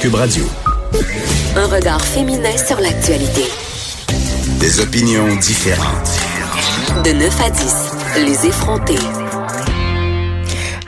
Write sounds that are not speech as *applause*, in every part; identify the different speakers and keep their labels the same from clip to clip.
Speaker 1: Cube Radio.
Speaker 2: Un regard féminin sur l'actualité.
Speaker 1: Des opinions différentes.
Speaker 2: De 9 à 10, les effrontés.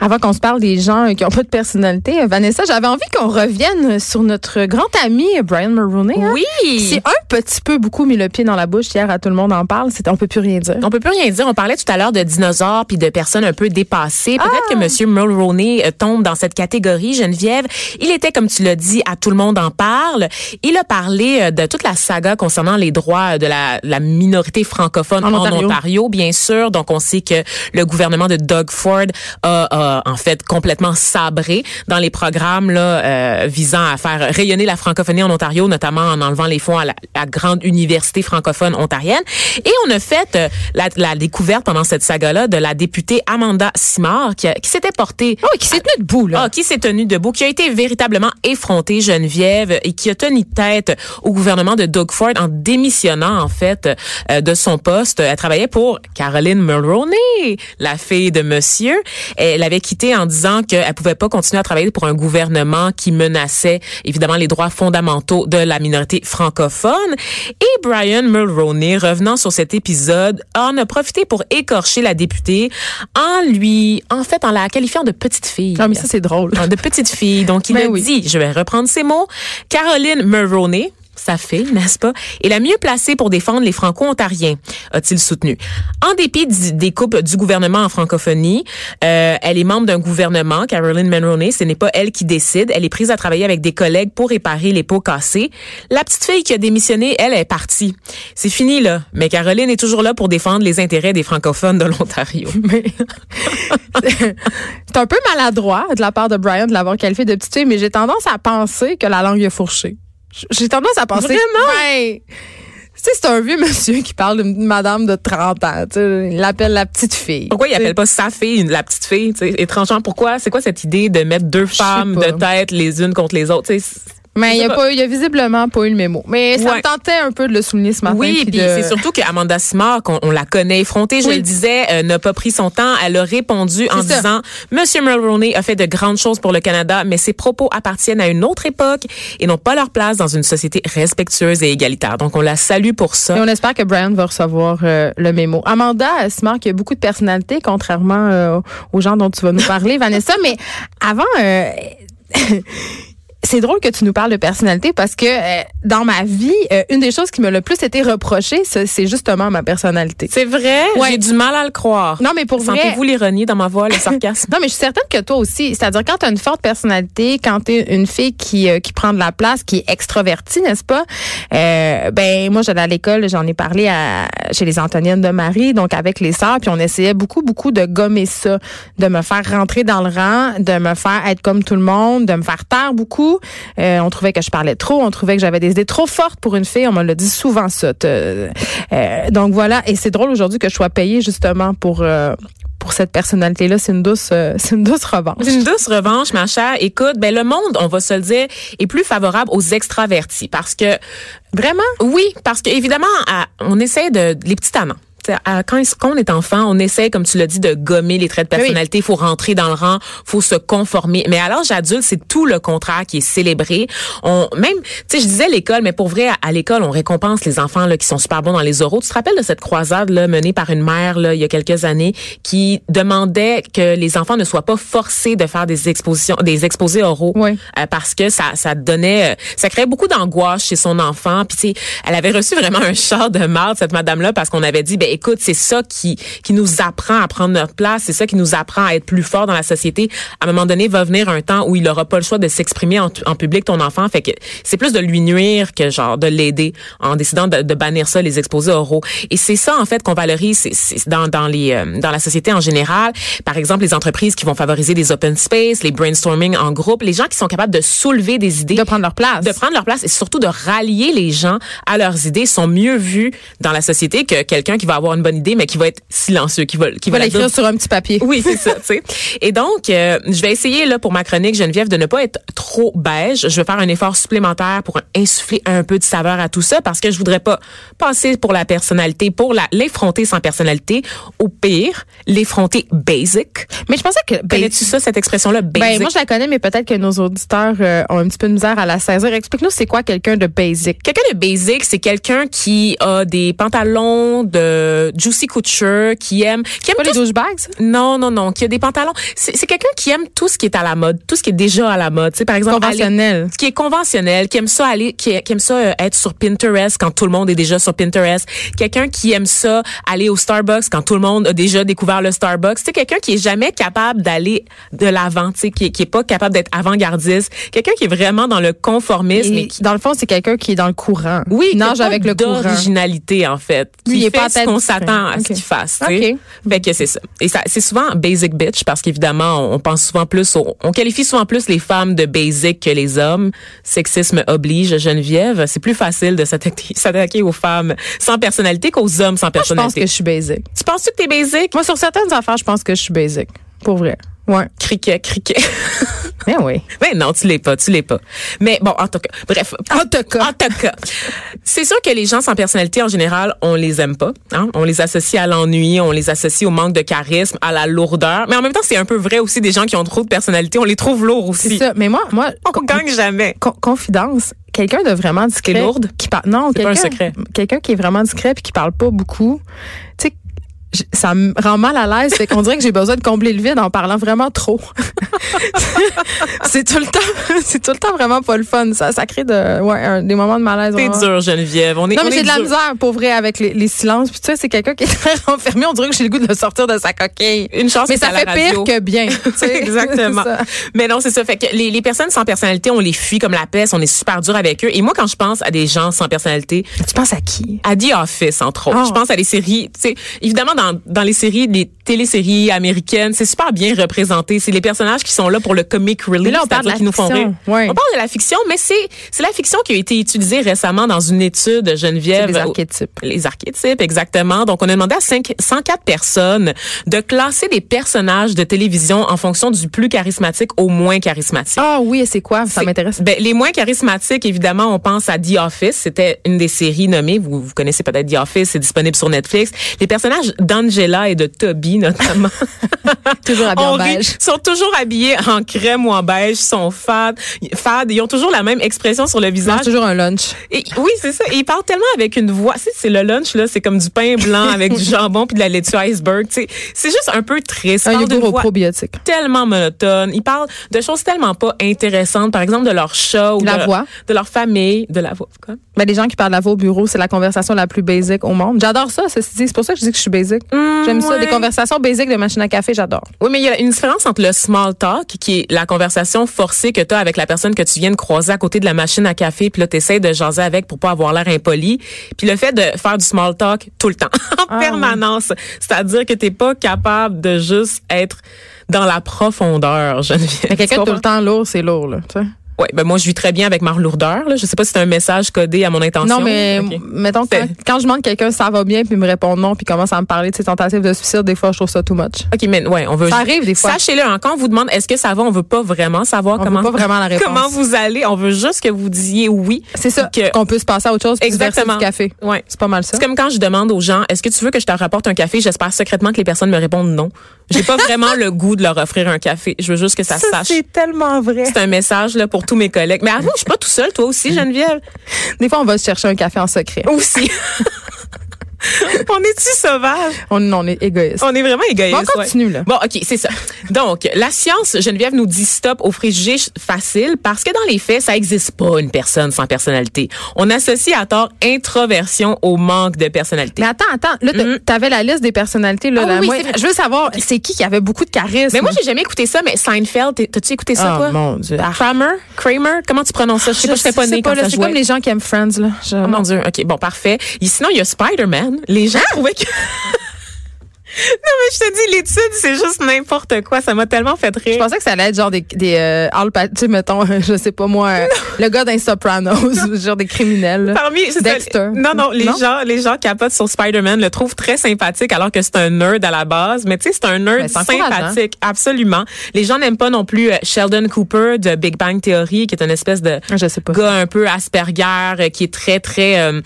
Speaker 3: Avant qu'on se parle des gens euh, qui ont pas de personnalité, euh, Vanessa, j'avais envie qu'on revienne sur notre grand ami euh, Brian Mulroney. hein, qui
Speaker 4: Oui.
Speaker 3: s'est un petit peu beaucoup mis le pied dans la bouche hier à tout le monde en parle, c'est on peut plus rien dire.
Speaker 4: On peut plus rien dire. On parlait tout à l'heure de dinosaures puis de personnes un peu dépassées. Peut-être que Monsieur Mulroney euh, tombe dans cette catégorie, Geneviève. Il était, comme tu l'as dit, à tout le monde en parle. Il a parlé euh, de toute la saga concernant les droits de la, la minorité francophone
Speaker 3: En
Speaker 4: en
Speaker 3: Ontario.
Speaker 4: Ontario. bien sûr. Donc, on sait que le gouvernement de Doug Ford a, a, en fait complètement sabré dans les programmes là, euh, visant à faire rayonner la francophonie en Ontario, notamment en enlevant les fonds à la, la grande université francophone ontarienne. Et on a fait euh, la, la découverte pendant cette saga-là de la députée Amanda Simard qui, a- Ah qui s'était portée
Speaker 3: Oh, qui s'est tenu debout, là.
Speaker 4: ah, qui s'est tenu debout, qui a été véritablement effrontée, Geneviève, et qui a tenu tête au gouvernement de Doug Ford en démissionnant, en fait, euh, de son poste. Elle travaillait pour Caroline Mulroney, la fille de monsieur. Elle avait quitté en disant qu'elle pouvait pas continuer à travailler pour un gouvernement qui menaçait, évidemment, les droits fondamentaux de la minorité francophone. Et Brian Mulroney, revenant sur cet épisode, en a profité pour écorcher la députée en lui, en fait, en la qualifiant de petite fille.
Speaker 3: Ah, mais ça, c'est drôle.
Speaker 4: Ah, de petite fille. Donc, il
Speaker 3: Ben
Speaker 4: a
Speaker 3: oui.
Speaker 4: dit, je vais reprendre ces mots, Caroline Mulroney, sa fille, n'est-ce pas, est la mieux placée pour défendre les Franco-Ontariens, a-t-il soutenu. En dépit du- des coupes du gouvernement en francophonie, euh, elle est membre d'un gouvernement, Caroline Mulroney, ce n'est pas elle qui décide, elle est prise à travailler avec des collègues pour réparer les pots cassés. La petite fille qui a démissionné, elle est partie. C'est fini, là. Mais Caroline est toujours là pour défendre les intérêts des francophones de l'Ontario.
Speaker 3: Mais- c'est un peu maladroit de la part de Brian de l'avoir qualifié de petite fille, mais j'ai tendance à penser que la langue est fourchée. J- J'ai tendance à penser.
Speaker 4: Vraiment?
Speaker 3: Ouais. Tu sais, c'est un vieux monsieur qui parle d'une madame de 30 ans. tu sais, il l'appelle la petite fille.
Speaker 4: Pourquoi il
Speaker 3: Tu sais,
Speaker 4: appelle pas sa fille une- la petite fille? tu sais, Étrangement, pourquoi? C'est quoi cette idée de mettre deux
Speaker 3: sais
Speaker 4: femmes
Speaker 3: pas.
Speaker 4: de tête les unes contre les autres? tu sais, c'est-
Speaker 3: Mais il
Speaker 4: sais
Speaker 3: a,
Speaker 4: pas.
Speaker 3: pas, il a visiblement pas eu le mémo. Mais ça
Speaker 4: Ouais.
Speaker 3: me tentait un peu de le souligner ce matin.
Speaker 4: oui, puis
Speaker 3: de-
Speaker 4: c'est surtout que Amanda Simard, qu'on on la connaît effrontée, je
Speaker 3: Oui.
Speaker 4: le disais, euh, n'a pas pris son temps. Elle a répondu en
Speaker 3: C'est ça.
Speaker 4: disant Monsieur Mulroney a fait de grandes choses pour le Canada, mais ses propos appartiennent à une autre époque et n'ont pas leur place dans une société respectueuse et égalitaire. Donc on la salue pour ça.
Speaker 3: Et on espère que Brian va recevoir euh, le mémo. Amanda euh, Smart, qui a beaucoup de personnalité, contrairement euh, aux gens dont tu vas nous parler, *laughs* Vanessa. Mais avant, euh, *laughs* c'est drôle que tu nous parles de personnalité parce que euh, dans ma vie, euh, une des choses qui me l'a le plus été reprochée, c'est c'est justement ma personnalité.
Speaker 4: C'est vrai?
Speaker 3: Ouais.
Speaker 4: J'ai du mal à le croire.
Speaker 3: Non, mais pour vrai.
Speaker 4: Sentez-vous l'ironie dans ma voix, le sarcasme?
Speaker 3: Non, mais je suis certaine que toi aussi. C'est-à-dire, quand tu as une forte personnalité, quand tu es une fille qui, euh, qui prend de la place, qui est extrovertie, n'est-ce pas? Euh, ben, moi, j'allais à l'école, j'en ai parlé à, chez les Antoniennes de Marie, donc avec les sœurs, puis on essayait beaucoup, beaucoup de gommer ça, de me faire rentrer dans le rang, de me faire être comme tout le monde, de me faire taire beaucoup. Euh, on trouvait que je parlais trop, on trouvait que j'avais des idées trop fortes pour une fille. On me l'a dit souvent, ça. Te- euh, donc voilà. Et c'est drôle aujourd'hui que je sois payée justement pour, euh, pour cette personnalité-là, c'est une douce, euh, c'est une douce revanche.
Speaker 4: C'est une douce revanche, ma chère. Écoute, ben le monde, on va se le dire, est plus favorable aux extravertis parce que
Speaker 3: Vraiment?
Speaker 4: oui, parce que évidemment, à- on essaie de les petits amants. T'sais, à- Quand, ils- quand on est enfant, on essaie, comme tu l'as dit, de gommer les traits de personnalité. Il faut rentrer dans le rang, faut se conformer. Mais à l'âge adulte, c'est tout le contraire qui est célébré. On même, tu sais, je disais l'école, mais pour vrai, à, à l'école, on récompense les enfants là, qui sont super bons dans les oraux. Tu te rappelles de cette croisade là, menée par une mère là, il y a quelques années qui demandait que les enfants ne soient pas forcés de faire des expositions, des exposés oraux
Speaker 3: Oui.
Speaker 4: euh, parce que ça, ça donnait, euh, ça créait beaucoup d'angoisse chez son enfant. Puis tu sais, elle avait reçu vraiment un char de marde cette madame-là parce qu'on avait dit, ben écoute, c'est ça qui qui nous apprend à prendre notre place, c'est ça qui nous apprend à être plus fort dans la société. À un moment donné, va venir un temps où il aura pas le choix de s'exprimer en, en public, ton enfant. Fait que c'est plus de lui nuire que genre de l'aider en décidant de, de bannir ça, les exposés oraux. Et c'est ça en fait qu'on valorise c'est- c'est dans dans les euh, dans la société en général. Par exemple, les entreprises qui vont favoriser des open space, les brainstorming en groupe, les gens qui sont capables de soulever des idées
Speaker 3: De prendre leur place.
Speaker 4: de prendre leur place et surtout de rallier les gens à leurs idées sont mieux vus dans la société que quelqu'un qui va avoir une bonne idée, mais qui va être silencieux, qui va, qui
Speaker 3: va
Speaker 4: la
Speaker 3: l'écrire
Speaker 4: donner-
Speaker 3: sur un petit papier.
Speaker 4: Oui, c'est ça, tu sais. Et donc, euh, je vais essayer, là, pour ma chronique, Geneviève, de ne pas être trop beige. Je vais faire un effort supplémentaire pour insuffler un peu de saveur à tout ça parce que je voudrais pas passer pour la personnalité, pour la, l'effronter sans personnalité. Au pire, l'effronter basic.
Speaker 3: Mais je pensais que ben,
Speaker 4: Connais-tu ça, cette expression-là, basic?
Speaker 3: ben, moi je la connais, mais peut-être que nos auditeurs euh, ont un petit peu de misère à la saisir. Explique-nous c'est quoi quelqu'un de basic.
Speaker 4: Quelqu'un de basic, c'est quelqu'un qui a des pantalons de juicy couture, qui aime, qui aime
Speaker 3: Pas les
Speaker 4: tout-
Speaker 3: douchebags, ça?
Speaker 4: Non, non, non, qui a des pantalons. C'est c'est quelqu'un qui aime tout ce qui est à la mode, tout ce qui est déjà à la mode. Tu sais, par exemple, aller-
Speaker 3: Conventionnel.
Speaker 4: ce qui est conventionnel, qui aime ça aller, qui, qui aime ça euh, être sur Pinterest quand tout le monde est déjà sur Pinterest, quelqu'un qui aime ça aller au Starbucks quand tout le monde a déjà découvert le Starbucks, c'est quelqu'un qui est jamais capable d'aller de l'avant, tu sais, qui, est- qui est pas capable d'être avant-gardiste, quelqu'un qui est vraiment dans le conformisme,
Speaker 3: Et
Speaker 4: mais qui
Speaker 3: Dans le fond, c'est quelqu'un qui est dans le courant.
Speaker 4: oui,
Speaker 3: Qui
Speaker 4: qui a
Speaker 3: nage
Speaker 4: pas
Speaker 3: avec le courant.
Speaker 4: d'originalité en fait.
Speaker 3: Lui,
Speaker 4: Qui
Speaker 3: il est
Speaker 4: fait
Speaker 3: pas à
Speaker 4: ce
Speaker 3: tête
Speaker 4: qu'on
Speaker 3: du train.
Speaker 4: s'attend à ce
Speaker 3: Ok.
Speaker 4: qu'il fasse.
Speaker 3: Ok.
Speaker 4: tu sais. Fait que c'est ça. Et ça, c'est souvent basic bitch parce qu'évidemment, on, on pense souvent plus, au- on qualifie souvent plus les femmes de basic que les hommes. Sexisme oblige, Geneviève. C'est plus facile de s'attaquer, *laughs* s'attaquer aux femmes sans personnalité qu'aux hommes sans
Speaker 3: Je pense
Speaker 4: personnalité.
Speaker 3: que je suis basic.
Speaker 4: Tu penses-tu que t'es basic?
Speaker 3: Moi, sur certaines affaires, je pense que je suis basic. Pour vrai. Ouais.
Speaker 4: Criquet, criquet. *laughs*
Speaker 3: Mais oui.
Speaker 4: Ben non, tu l'es pas, tu l'es pas. Mais bon, en tout cas, bref.
Speaker 3: En tout cas.
Speaker 4: En tout cas, c'est sûr que les gens sans personnalité en général, on les aime pas. Hein? On les associe à l'ennui, on les associe au manque de charisme, à la lourdeur. Mais en même temps, c'est un peu vrai aussi des gens qui ont trop de personnalité, on les trouve lourds
Speaker 3: C'est
Speaker 4: aussi.
Speaker 3: ça. Mais moi, moi,
Speaker 4: On gagne jamais.
Speaker 3: con- confidence, quelqu'un de vraiment discret.
Speaker 4: T'es lourde?
Speaker 3: Qui parle. Non,
Speaker 4: C'est pas un
Speaker 3: quelqu'un-
Speaker 4: secret.
Speaker 3: Quelqu'un qui est vraiment discret puis qui parle pas beaucoup. Tu sais, j- ça me rend mal à l'aise. Fait qu'on dirait que j'ai besoin de combler le vide en parlant vraiment trop. *laughs* c'est tout le temps, *laughs* c'est tout le temps vraiment pas le fun. Ça, ça crée de, ouais, un- des moments de malaise.
Speaker 4: T'es
Speaker 3: vraiment.
Speaker 4: dure, Geneviève. On est,
Speaker 3: Non,
Speaker 4: on
Speaker 3: mais
Speaker 4: est
Speaker 3: j'ai de la
Speaker 4: dure.
Speaker 3: misère, pour vrai, avec les, les silences. Puis tu sais, c'est quelqu'un qui est très *laughs* renfermé. On dirait que j'ai le goût de le sortir de sa coquille.
Speaker 4: Une chance
Speaker 3: mais
Speaker 4: que
Speaker 3: ça
Speaker 4: c'est à
Speaker 3: fait
Speaker 4: la
Speaker 3: pire
Speaker 4: radio. *laughs*
Speaker 3: que bien. tu sais. *laughs*
Speaker 4: Exactement.
Speaker 3: C'est ça.
Speaker 4: Mais non, c'est ça. Fait que les, les personnes sans personnalité, on les fuit comme la peste, on est super dur avec eux. Et moi, quand je pense à des gens sans personnalité,
Speaker 3: Tu penses à qui?
Speaker 4: à The Office, entre autres.
Speaker 3: Ah.
Speaker 4: Je pense à des séries, tu sais, évidemment, dans, dans les séries, les téléséries américaines, c'est super bien représenté. C'est les personnages qui sont là pour le comic relief.
Speaker 3: Mais là, on parle de
Speaker 4: c'est-à-dire
Speaker 3: la
Speaker 4: qui nous font
Speaker 3: fiction.
Speaker 4: rire.
Speaker 3: Ouais.
Speaker 4: On parle de la fiction, mais c'est, c'est la fiction qui a été utilisée récemment dans une étude, Geneviève.
Speaker 3: les archétypes.
Speaker 4: Les archétypes, exactement. Donc, on a demandé à 5, 104 personnes de classer des personnages de télévision en fonction du plus charismatique au moins charismatique.
Speaker 3: Ah oui, et c'est quoi? Ça
Speaker 4: C'est-
Speaker 3: m'intéresse.
Speaker 4: Ben, les moins charismatiques, évidemment, on pense à The Office. C'était une des séries nommées. Vous, vous connaissez peut-être The Office. C'est disponible sur Netflix. Les personnages d'Angela et de Toby, *laughs* notamment.
Speaker 3: Toujours *laughs* habillés en
Speaker 4: on rit,
Speaker 3: beige.
Speaker 4: sont toujours habillés en crème ou en beige. sont fades. fades. Ils ont toujours la même expression sur le
Speaker 3: Mange
Speaker 4: visage.
Speaker 3: Ah, toujours un lunch.
Speaker 4: Et- oui, c'est ça. Et ils parlent tellement avec une voix. Tu sais, c'est le lunch, là. C'est comme du pain blanc
Speaker 3: *laughs*
Speaker 4: avec du jambon puis de la laitue iceberg. tu sais. C'est juste un peu triste. Ils
Speaker 3: Un
Speaker 4: parlent d'une
Speaker 3: yogourt aux
Speaker 4: voix-
Speaker 3: probiotiques.
Speaker 4: tellement monotone. Ils parlent de choses tellement pas intéressantes, par exemple de leur chat ou
Speaker 3: La
Speaker 4: de,
Speaker 3: voix.
Speaker 4: de leur famille, de la voix. quoi.
Speaker 3: Ben, les gens qui parlent de la voix au bureau, c'est la conversation la plus basique au monde. J'adore ça, ceci dit. C'est pour ça que je dis que je suis basique. J'aime ça.
Speaker 4: ouais.
Speaker 3: Des conversations basiques de machine à café, j'adore.
Speaker 4: Oui, mais il y a une différence entre le small talk, qui est la conversation forcée que tu as avec la personne que tu viens de croiser à côté de la machine à café, puis là, tu de jaser avec pour pas avoir l'air impoli, puis le fait de faire du small talk tout le temps, *laughs* en
Speaker 3: Ah,
Speaker 4: permanence. C'est-à-dire que t'es pas capable de juste être dans la profondeur, *laughs* Geneviève.
Speaker 3: Mais quelqu'un
Speaker 4: Tu
Speaker 3: tout le temps lourd, c'est lourd, là. tu sais.
Speaker 4: Ouais, ben moi je vis très bien avec ma lourdeur. Là. Je sais pas si c'est un message codé à mon intention.
Speaker 3: Non, mais
Speaker 4: Ok.
Speaker 3: m- mettons, quand,
Speaker 4: C'est-
Speaker 3: quand je demande quelqu'un ça va bien, puis il me répond non, puis commence à me parler de ses tentatives de suicide, des fois, je trouve ça too much.
Speaker 4: OK, mais ouais, on veut.
Speaker 3: Ça arrive des fois.
Speaker 4: Sachez-le, hein, quand on vous demande est-ce que ça va, on veut pas vraiment savoir
Speaker 3: On
Speaker 4: comment
Speaker 3: veut pas vraiment la réponse.
Speaker 4: comment vous allez, on veut juste que vous disiez oui.
Speaker 3: C'est ça.
Speaker 4: Que-
Speaker 3: Qu'on peut se passer à autre chose, puis se verser
Speaker 4: Exactement.
Speaker 3: du café.
Speaker 4: Ouais.
Speaker 3: C'est pas mal ça.
Speaker 4: C'est comme quand je demande aux gens est-ce que tu veux que je te rapporte un café, j'espère secrètement que les personnes me répondent non. J'ai pas vraiment le goût de leur offrir un café, je veux juste que ça, sache.
Speaker 3: tellement vrai.
Speaker 4: C'est un message là pour tous mes collègues. Mais avant, je suis pas tout seul, toi aussi Geneviève.
Speaker 3: Des fois, on va se chercher un café en secret.
Speaker 4: Aussi. *laughs* on est-tu sauvage
Speaker 3: On, on est égoïste.
Speaker 4: On est vraiment égoïste.
Speaker 3: Bon, on continue,
Speaker 4: ouais.
Speaker 3: là.
Speaker 4: Bon, OK, c'est ça. *laughs* Donc, la science, Geneviève nous dit stop aux préjugés ch- faciles parce que dans les faits, ça n'existe pas une personne sans personnalité. On associe à tort introversion au manque de personnalité.
Speaker 3: Mais attends, attends. Là, t'a- t'avais la liste des personnalités. Là,
Speaker 4: Mm-hmm. Ah
Speaker 3: là,
Speaker 4: oui,
Speaker 3: moi,
Speaker 4: c'est vrai.
Speaker 3: je veux savoir, c'est qui qui avait beaucoup de charisme?
Speaker 4: Mais moi, j'ai jamais écouté ça, mais Seinfeld, t'es- t'as-tu écouté ça,
Speaker 3: Ah,
Speaker 4: toi?
Speaker 3: mon Dieu. Ah.
Speaker 4: Kramer? Kramer? Comment tu prononces ça? Je sais pas, je t'ai pas
Speaker 3: sais
Speaker 4: née quand
Speaker 3: là,
Speaker 4: ça
Speaker 3: C'est
Speaker 4: jouait.
Speaker 3: comme les gens qui aiment Friends. Là. Je-
Speaker 4: Oh mon Dieu, OK, bon, parfait. Et sinon, il y a Spider-Man. Les gens
Speaker 3: Ah!
Speaker 4: trouvaient que... *laughs* non, mais je te dis, l'étude, c'est juste n'importe quoi. Ça m'a tellement fait rire.
Speaker 3: *laughs* Je pensais que ça allait être genre des, des euh, Al Pacino, mettons, je sais pas moi, euh, Le gars d'un Sopranos, *laughs* genre des criminels. là.
Speaker 4: Parmi c'est ça,
Speaker 3: Dexter.
Speaker 4: non non les
Speaker 3: Non?
Speaker 4: gens les gens capotent sur Spider-Man le trouvent très sympathique alors que c'est un nerd à la base mais tu sais c'est un nerd
Speaker 3: Mais Ben, c'est
Speaker 4: sympathique absolument les gens n'aiment pas non plus euh, Sheldon Cooper de Big Bang Theory qui est une espèce de
Speaker 3: Je sais pas.
Speaker 4: gars un peu Asperger euh, qui est très très euh,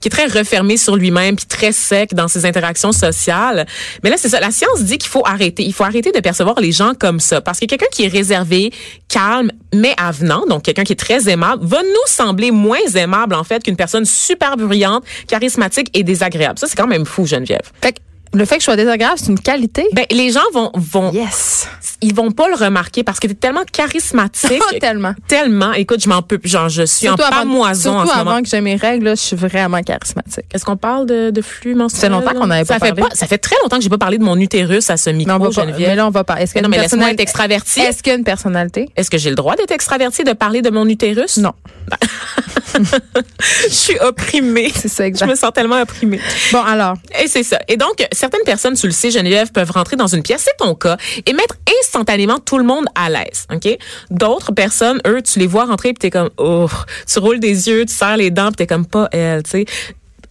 Speaker 4: qui est très refermé sur lui-même puis très sec dans ses interactions sociales. Mais là c'est ça, la science dit qu'il faut arrêter, il faut arrêter de percevoir les gens comme ça parce que quelqu'un qui est réservé, calme mais avenant, donc quelqu'un qui est très aimable va nous sembler moins aimable en fait qu'une personne super bruyante, charismatique et désagréable. Ça c'est quand même fou Geneviève.
Speaker 3: Fait que le fait que je sois désagréable, c'est une qualité.
Speaker 4: Ben les gens vont
Speaker 3: *laughs*
Speaker 4: vont
Speaker 3: yes.
Speaker 4: ils vont pas le remarquer parce que tu es tellement charismatique.
Speaker 3: *laughs* Oh, tellement.
Speaker 4: Tellement, écoute, je m'en peux, plus. genre je suis en pamoison en
Speaker 3: surtout
Speaker 4: ce moment.
Speaker 3: avant que j'ai mes règles, là, je suis vraiment charismatique.
Speaker 4: Est-ce qu'on parle de, de flux menstruel?
Speaker 3: Ça fait longtemps qu'on n'avait pas
Speaker 4: ça fait
Speaker 3: parlé.
Speaker 4: Pas, ça fait très longtemps que j'ai pas parlé de mon utérus à ce
Speaker 3: Mais, on va
Speaker 4: micro,
Speaker 3: pas, mais
Speaker 4: Geneviève.
Speaker 3: là, on va pas. Est-ce que
Speaker 4: non, mais laisse-moi être extravertie. Est-ce
Speaker 3: Est-ce qu'il y a une personnalité?
Speaker 4: est-ce que j'ai le droit d'être extravertie de parler de mon utérus?
Speaker 3: Non.
Speaker 4: *laughs* Je suis opprimée.
Speaker 3: C'est ça,
Speaker 4: Je
Speaker 3: exact.
Speaker 4: me sens tellement opprimée.
Speaker 3: Bon, alors,
Speaker 4: Et c'est ça. Et donc, certaines personnes, tu le sais, Geneviève, peuvent rentrer dans une pièce, c'est ton cas, et mettre instantanément tout le monde à l'aise, OK? D'autres personnes, eux, tu les vois rentrer, puis t'es comme, oh, tu roules des yeux, tu serres les dents, puis t'es comme, pas elle, tu sais.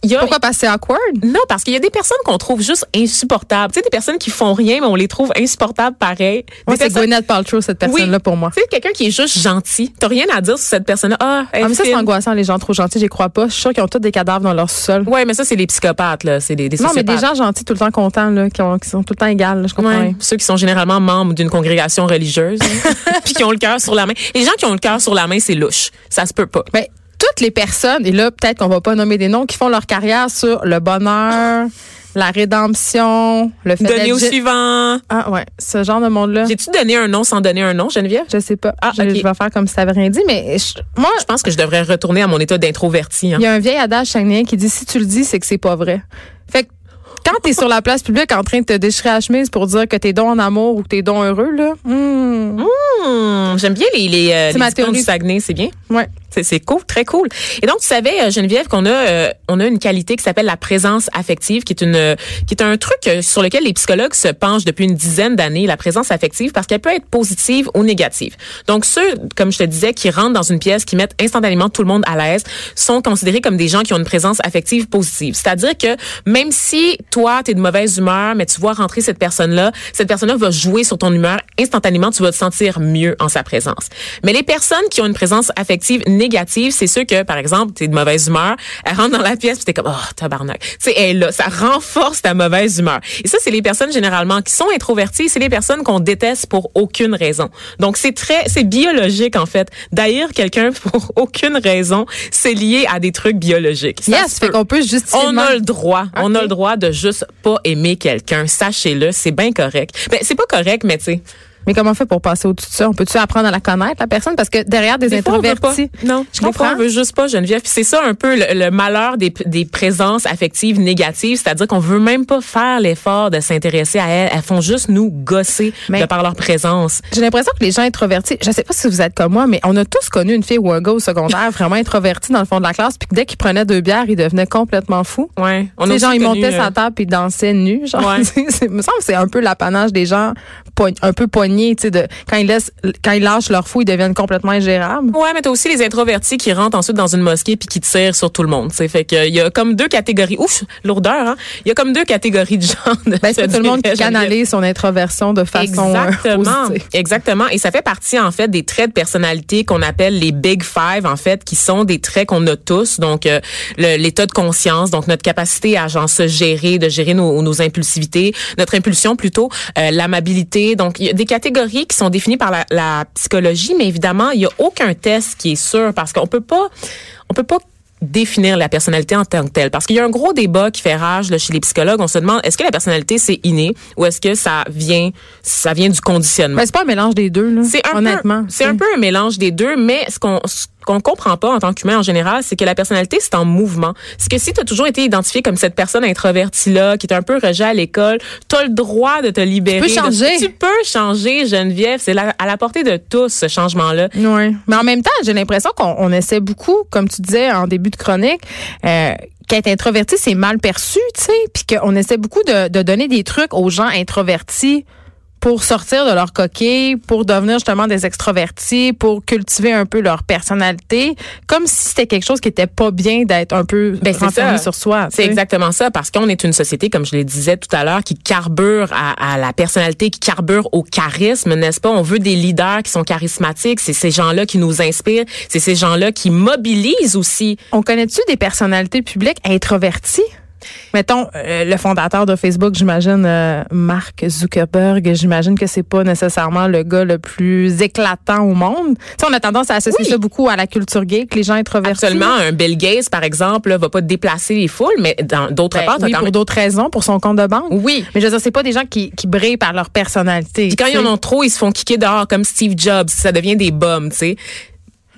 Speaker 4: Il y a-
Speaker 3: pourquoi passer awkward?
Speaker 4: Non, parce qu'il y a des personnes qu'on trouve juste insupportables. Tu sais, des personnes qui font rien, mais on les trouve insupportables pareil. Des
Speaker 3: Moi, c'est
Speaker 4: personnes-
Speaker 3: Gwyneth Paltrow, cette personne-là,
Speaker 4: Oui.
Speaker 3: pour moi.
Speaker 4: Tu sais, quelqu'un qui est juste gentil. T'as rien à dire sur cette personne-là. Ah, elle
Speaker 3: Ah, mais ça, c'est
Speaker 4: fine.
Speaker 3: angoissant, les gens trop gentils, j'y crois pas. Je suis sûre qu'ils ont tous des cadavres dans leur sol.
Speaker 4: Ouais, mais ça, c'est les psychopathes, là. C'est des, des
Speaker 3: Non, mais
Speaker 4: sociopathes.
Speaker 3: des gens gentils, tout le temps contents, là, qui, ont- qui sont tout le temps égales, là, je comprends.
Speaker 4: Ouais, Ceux qui sont généralement membres d'une congrégation religieuse,
Speaker 3: *laughs*
Speaker 4: hein, puis qui ont le cœur sur la main. Les gens qui ont le cœur sur la main, c'est louche. Ça se peut pas.
Speaker 3: Ben, toutes les personnes, et là, peut-être qu'on va pas nommer des noms, qui font leur carrière sur le bonheur, la rédemption, le fait
Speaker 4: Donner
Speaker 3: d'être
Speaker 4: au
Speaker 3: gen-
Speaker 4: suivant.
Speaker 3: Ah, ouais, ce genre de monde-là.
Speaker 4: J'ai-tu donné un nom sans donner un nom, Geneviève?
Speaker 3: Je sais pas.
Speaker 4: Ah,
Speaker 3: je,
Speaker 4: ok.
Speaker 3: je vais faire comme si ça avait rien dit, mais je- moi,
Speaker 4: Je pense que je devrais retourner à mon état d'introverti. hein.
Speaker 3: il y a un vieil adage chagnéen qui dit si tu le dis, c'est que c'est pas vrai. Fait que quand t'es sur la place publique en train de te déchirer la chemise pour dire que t'es don en amour ou que t'es don heureux, là, hmm,
Speaker 4: Hmm, J'aime bien les, les, euh,
Speaker 3: C'est
Speaker 4: les
Speaker 3: ma
Speaker 4: icônes du
Speaker 3: théorie.
Speaker 4: Saguenay, c'est bien?
Speaker 3: ouais.
Speaker 4: C'est- C'est cool, très cool. Et donc, tu savais, euh, Geneviève, qu'on a, euh, on a une qualité qui s'appelle la présence affective, qui est une, euh, qui est un truc euh, sur lequel les psychologues se penchent depuis une dizaine d'années, la présence affective, parce qu'elle peut être positive ou négative. Donc, ceux, comme je te disais, qui rentrent dans une pièce, qui mettent instantanément tout le monde à l'aise, sont considérés comme des gens qui ont une présence affective positive. C'est-à-dire que même si toi, tu es de mauvaise humeur, mais tu vois rentrer cette personne-là, cette personne-là va jouer sur ton humeur instantanément, tu vas te sentir mieux en sa présence. Mais les personnes qui ont une présence affective négative, c'est ceux que, par exemple, t'es de mauvaise humeur, elle rentre dans la pièce, puis t'es comme, oh, tabarnak. Tu sais, elle est là, ça renforce ta mauvaise humeur. Et ça, c'est les personnes généralement qui sont introverties, c'est les personnes qu'on déteste pour aucune raison. Donc, c'est très, c'est biologique, en fait. D'ailleurs, quelqu'un *laughs* pour aucune raison, c'est lié à des trucs biologiques. Ça
Speaker 3: Yes,
Speaker 4: se
Speaker 3: fait
Speaker 4: peut.
Speaker 3: qu'on peut justifier.
Speaker 4: On
Speaker 3: le manque.
Speaker 4: a le droit. On
Speaker 3: Ok.
Speaker 4: a le droit de juste pas aimer quelqu'un. Sachez-le, c'est bien correct. Ben, c'est pas correct, mais tu sais.
Speaker 3: Mais comment on fait pour passer au-dessus de ça? On peut-tu apprendre à la connaître, la personne? Parce que derrière des,
Speaker 4: Des fois, on veut pas.
Speaker 3: introvertis.
Speaker 4: Non,
Speaker 3: je
Speaker 4: des fois,
Speaker 3: comprends.
Speaker 4: on veut juste pas, Geneviève. Puis c'est ça un peu le, le malheur des, des présences affectives négatives, c'est-à-dire qu'on veut même pas faire l'effort de s'intéresser à elles. Elles font juste nous gosser
Speaker 3: Mais-
Speaker 4: de par leur présence.
Speaker 3: J'ai l'impression que les gens introvertis, je sais pas si vous êtes comme moi, mais on a tous connu une fille ou un gars au secondaire vraiment introverti dans le fond de la classe, puis que dès qu'il prenait deux bières, il devenait complètement fou.
Speaker 4: Ouais. On a
Speaker 3: Les
Speaker 4: aussi
Speaker 3: gens, ils
Speaker 4: connu,
Speaker 3: montaient
Speaker 4: euh,
Speaker 3: sa table puis ils dansaient nus. Genre, *laughs*
Speaker 4: Ouais.
Speaker 3: C'est- c'est- me semble que c'est un peu l'apanage des gens poign- un peu poignés, tu sais, de quand ils laissent, quand ils lâchent leur fou, ils deviennent complètement ingérables.
Speaker 4: Ouais, mais t'as aussi les introvertis qui rentrent ensuite dans une mosquée puis qui tirent sur tout le monde. C'est fait que il y a comme deux catégories. Ouf, lourdeur. hein. Il y a comme deux catégories de gens. de-
Speaker 3: Ben, c'est
Speaker 4: je
Speaker 3: tout le monde qui
Speaker 4: dirais, Geneviève.
Speaker 3: canalise son introversion de façon euh,
Speaker 4: Exactement.
Speaker 3: positive.
Speaker 4: Exactement. Et ça fait partie, en fait, des traits de personnalité qu'on appelle les Big Five, en fait, qui sont des traits qu'on a tous. Donc, euh, le- l'état de conscience, donc notre capacité à, genre, se gérer, de gérer nos, nos impulsivités, notre impulsion plutôt, euh, l'amabilité. Donc, il y a des catégories qui sont définies par la, la psychologie, mais évidemment, il n'y a aucun test qui est sûr parce qu'on peut pas, on peut pas définir la personnalité en tant que telle. Parce qu'il y a un gros débat qui fait rage là, chez les psychologues. On se demande, est-ce que la personnalité, c'est inné ou est-ce que ça vient, ça vient du conditionnement?
Speaker 3: Ben, c'est pas un mélange des deux, là.
Speaker 4: C'est un
Speaker 3: honnêtement.
Speaker 4: peu, c'est un peu un mélange des deux, mais ce qu'on ce qu'on comprend pas en tant qu'humain en général, c'est que la personnalité c'est en mouvement. C'est que si tu as toujours été identifié comme cette personne introvertie là, qui est un peu rejet à l'école, tu as le droit de te libérer.
Speaker 3: peux
Speaker 4: de-
Speaker 3: changer.
Speaker 4: tu peux changer, Geneviève, c'est la- à la portée de tous ce changement là.
Speaker 3: Ouais. Euh, Mais en même temps, j'ai l'impression qu'on on essaie beaucoup, comme tu disais en début de chronique, euh, qu'être introverti, c'est mal perçu, tu sais, puis qu'on essaie beaucoup de, de donner des trucs aux gens introvertis pour sortir de leur coquille, pour devenir justement des extrovertis, pour cultiver un peu leur personnalité, comme si c'était quelque chose qui était pas bien d'être un peu
Speaker 4: Ben, c'est
Speaker 3: renfermé
Speaker 4: ça.
Speaker 3: sur soi. tu
Speaker 4: C'est
Speaker 3: sais.
Speaker 4: exactement ça, parce qu'on est une société, comme je le disais tout à l'heure, qui carbure à, à la personnalité, qui carbure au charisme, n'est-ce pas? On veut des leaders qui sont charismatiques. C'est ces gens-là qui nous inspirent. C'est ces gens-là qui mobilisent aussi.
Speaker 3: On connaît-tu des personnalités publiques introverties? Mettons, euh, le fondateur de Facebook, j'imagine, euh, Mark Zuckerberg, j'imagine que c'est pas nécessairement le gars le plus éclatant au monde. Tu sais, on a tendance à associer
Speaker 4: Oui.
Speaker 3: ça beaucoup à la culture gay, que les gens introvertis. Ben
Speaker 4: Seulement, un Bill Gates, par exemple, là, va pas déplacer les foules, mais dans d'autres
Speaker 3: Ben
Speaker 4: parts, t'as
Speaker 3: oui,
Speaker 4: quand
Speaker 3: pour
Speaker 4: même-
Speaker 3: d'autres raisons, pour son compte de banque.
Speaker 4: Oui.
Speaker 3: Mais je veux dire, c'est pas des gens qui, qui brillent par leur personnalité.
Speaker 4: Puis quand ils en ont trop, ils se font kicker dehors comme Steve Jobs. Ça devient des bombes, tu sais.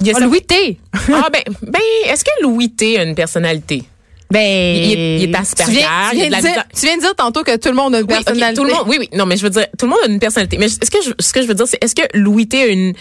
Speaker 4: Il y a
Speaker 3: Oh,
Speaker 4: ça-
Speaker 3: Louis T.
Speaker 4: Ah ben, ben, est-ce que Louis T a une personnalité?
Speaker 3: Ben,
Speaker 4: Il est- il est Asperger,
Speaker 3: Tu viens, tu
Speaker 4: il a
Speaker 3: viens
Speaker 4: de la
Speaker 3: de dire,
Speaker 4: misère.
Speaker 3: tu viens de dire tantôt que tout le monde a une
Speaker 4: Oui, ok,
Speaker 3: personnalité.
Speaker 4: tout le monde, oui, oui. Non, mais je veux dire, tout le monde a une personnalité. Mais est-ce que je, ce que je veux dire, c'est est-ce que Louis T a une,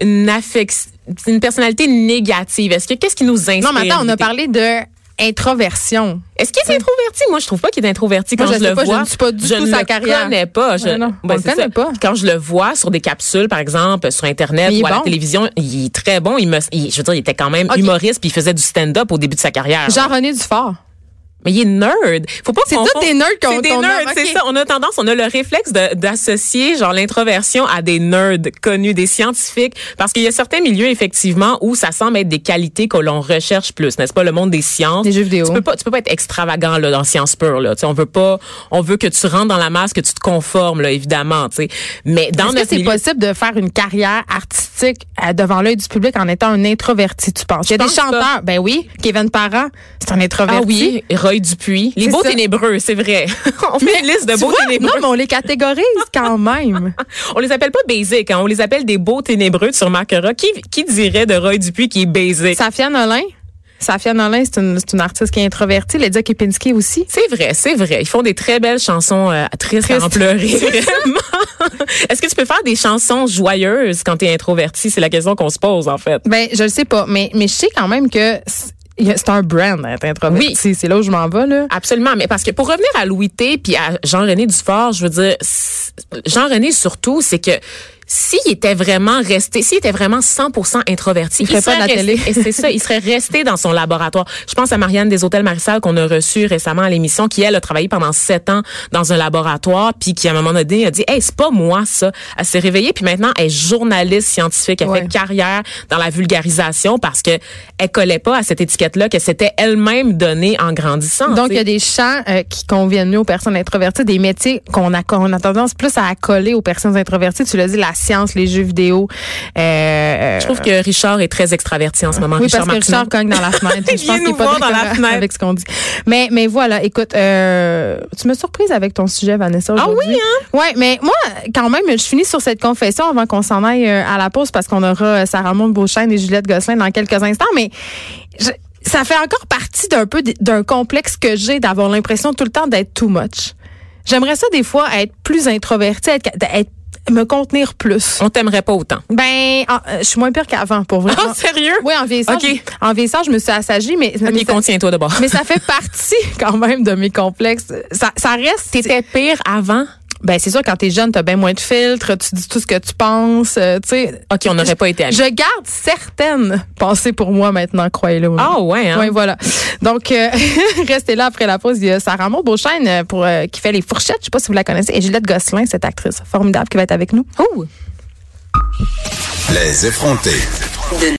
Speaker 4: une affection, une personnalité négative? Est-ce que, qu'est-ce qui nous inspire?
Speaker 3: Non, mais attends, on a
Speaker 4: Louis T?
Speaker 3: parlé de introversion.
Speaker 4: Est-ce qu'il est introverti? Moi, je trouve pas qu'il est introverti
Speaker 3: Moi,
Speaker 4: quand
Speaker 3: je
Speaker 4: je,
Speaker 3: sais
Speaker 4: le
Speaker 3: pas, je
Speaker 4: vois.
Speaker 3: ne suis pas du
Speaker 4: Je
Speaker 3: tout
Speaker 4: ne
Speaker 3: sa
Speaker 4: le
Speaker 3: carrière.
Speaker 4: connais pas. Je,
Speaker 3: Ouais, non, on le
Speaker 4: c'est
Speaker 3: connaît
Speaker 4: ça.
Speaker 3: pas.
Speaker 4: Quand je le vois sur des capsules, par exemple, sur Internet
Speaker 3: Mais il est
Speaker 4: ou à la
Speaker 3: bon.
Speaker 4: télévision, il est très bon. Il me, il- je veux dire, il était quand même
Speaker 3: Ok.
Speaker 4: humoriste puis il faisait du stand-up au début de sa carrière.
Speaker 3: Jean-René Dufort.
Speaker 4: Mais il est nerd. Faut pas
Speaker 3: C'est
Speaker 4: confondre-
Speaker 3: tous des nerds qu'on-
Speaker 4: C'est des
Speaker 3: qu'on
Speaker 4: nerds,
Speaker 3: aime,
Speaker 4: c'est
Speaker 3: ok.
Speaker 4: ça. On a tendance, on a le réflexe de- d'associer genre l'introversion à des nerds connus, des scientifiques, parce qu'il y a certains milieux effectivement où ça semble être des qualités que l'on recherche plus, n'est-ce pas Le monde des sciences,
Speaker 3: Des jeux vidéo.
Speaker 4: Tu peux pas, tu peux pas être extravagant là dans sciences pures là. Tu sais, on veut pas, on veut que tu rentres dans la masse, que tu te conformes là, évidemment. Tu sais, mais dans
Speaker 3: Est-ce que
Speaker 4: notre
Speaker 3: c'est
Speaker 4: milieu,
Speaker 3: possible de faire une carrière artistique euh, devant l'œil du public en étant un introverti, tu penses? Il y a des
Speaker 4: pense pas.
Speaker 3: chanteurs, ben oui, Kevin Parent, c'est un introverti.
Speaker 4: ah oui, Roy Dupuis, les
Speaker 3: C'est
Speaker 4: beaux
Speaker 3: ça.
Speaker 4: ténébreux,
Speaker 3: *laughs*
Speaker 4: c'est vrai. on fait une liste de
Speaker 3: Tu
Speaker 4: beaux
Speaker 3: vois?
Speaker 4: ténébreux.
Speaker 3: Non, mais on les catégorise quand
Speaker 4: *laughs*
Speaker 3: même.
Speaker 4: On les appelle pas basic, hein, on les appelle des beaux ténébreux, tu remarqueras. Qui, qui dirait de Roy Dupuis qui est basic?
Speaker 3: Safia Nolin. Safia Nolin, c'est une, c'est une artiste qui est introvertie. Lydia Kepinski aussi.
Speaker 4: C'est vrai, c'est vrai. Ils font des très belles chansons euh, tristes à en
Speaker 3: Tristes.
Speaker 4: pleurer, *laughs* vraiment. Est-ce que tu peux faire des chansons joyeuses quand t'es introverti? C'est la question qu'on se pose, en fait.
Speaker 3: Ben, je le sais pas, mais, mais je sais quand même que c'est il y a- c'est un brand d'être introverti. C'est là où je m'en vais, là.
Speaker 4: Absolument, mais parce que pour revenir à Louis T puis à Jean-René Dufort, je veux dire c'est- Jean-René surtout, c'est que s'il était vraiment resté, s'il était vraiment 100% introverti,
Speaker 3: Il ferait pas
Speaker 4: serait
Speaker 3: de la
Speaker 4: resté-
Speaker 3: télé.
Speaker 4: et c'est ça, il serait resté dans son laboratoire. Je pense à Marianne des Hôtels Marissal qu'on a reçue récemment à l'émission, qui elle a travaillé pendant sept ans dans un laboratoire, puis qui à un moment donné a dit, hey, c'est pas moi ça. Elle s'est réveillée, puis maintenant elle est journaliste scientifique, elle
Speaker 3: Ouais.
Speaker 4: fait carrière dans la vulgarisation parce que elle collait pas à cette étiquette-là que s'était elle-même donnée en grandissant.
Speaker 3: Donc,
Speaker 4: tu sais.
Speaker 3: il y a des champs euh, qui conviennent mieux aux personnes introverties, des métiers qu'on a, qu'on a tendance plus à accoler aux personnes introverties. Tu l'as dit, la science, les jeux vidéo. euh, euh,
Speaker 4: Je trouve que Richard est très extraverti en ce moment.
Speaker 3: oui,
Speaker 4: Richard
Speaker 3: parce que
Speaker 4: Martineau.
Speaker 3: Richard cogne dans la
Speaker 4: *laughs*
Speaker 3: fenêtre.
Speaker 4: Il
Speaker 3: Je pense
Speaker 4: vient
Speaker 3: qu'il est
Speaker 4: nous
Speaker 3: pas
Speaker 4: voir
Speaker 3: très
Speaker 4: dans la
Speaker 3: cohérent
Speaker 4: fenêtre.
Speaker 3: avec ce qu'on dit. Mais, mais voilà, écoute, euh, tu me surprises avec ton sujet, Vanessa.
Speaker 4: Ah
Speaker 3: aujourd'hui.
Speaker 4: oui, hein?
Speaker 3: Ouais, mais moi, quand même, je finis sur cette confession avant qu'on s'en aille euh, à la pause parce qu'on aura euh, Sarah Maud Beauchesne et Juliette Gosselin dans quelques instants. Mais je- ça fait encore partie d'un peu d- d'un complexe que j'ai d'avoir l'impression tout le temps d'être too much. J'aimerais ça des fois être plus introvertie, être, être- me contenir plus.
Speaker 4: On t'aimerait pas autant.
Speaker 3: Ben, en- euh, je suis moins pire qu'avant, pour vrai.
Speaker 4: Ah, sérieux?
Speaker 3: Oui, en vieillissant.
Speaker 4: Ok.
Speaker 3: je- En vieillissant, je me suis assagie, mais, mais,
Speaker 4: Ok,
Speaker 3: ça,
Speaker 4: contiens-toi d'abord.
Speaker 3: mais ça fait partie *laughs* quand même de mes complexes. Ça, ça reste.
Speaker 4: T'étais pire avant?
Speaker 3: Ben c'est sûr quand t'es jeune t'as bien moins de filtres, tu dis tout ce que tu penses, euh, tu sais.
Speaker 4: Ok, on n'aurait pas été amis.
Speaker 3: Je garde certaines pensées pour moi maintenant, croyez-le. ou non.
Speaker 4: Ah ouais, hein?
Speaker 3: Ouais, voilà. Donc euh, *laughs* restez là après la pause. Il y a Sarah Maud Beauchesne euh, pour euh, qui fait les fourchettes. Je sais pas si vous la connaissez. Et Juliette Gosselin, cette Oh! actrice formidable qui va être avec nous.
Speaker 4: Oh!
Speaker 1: Les effronter.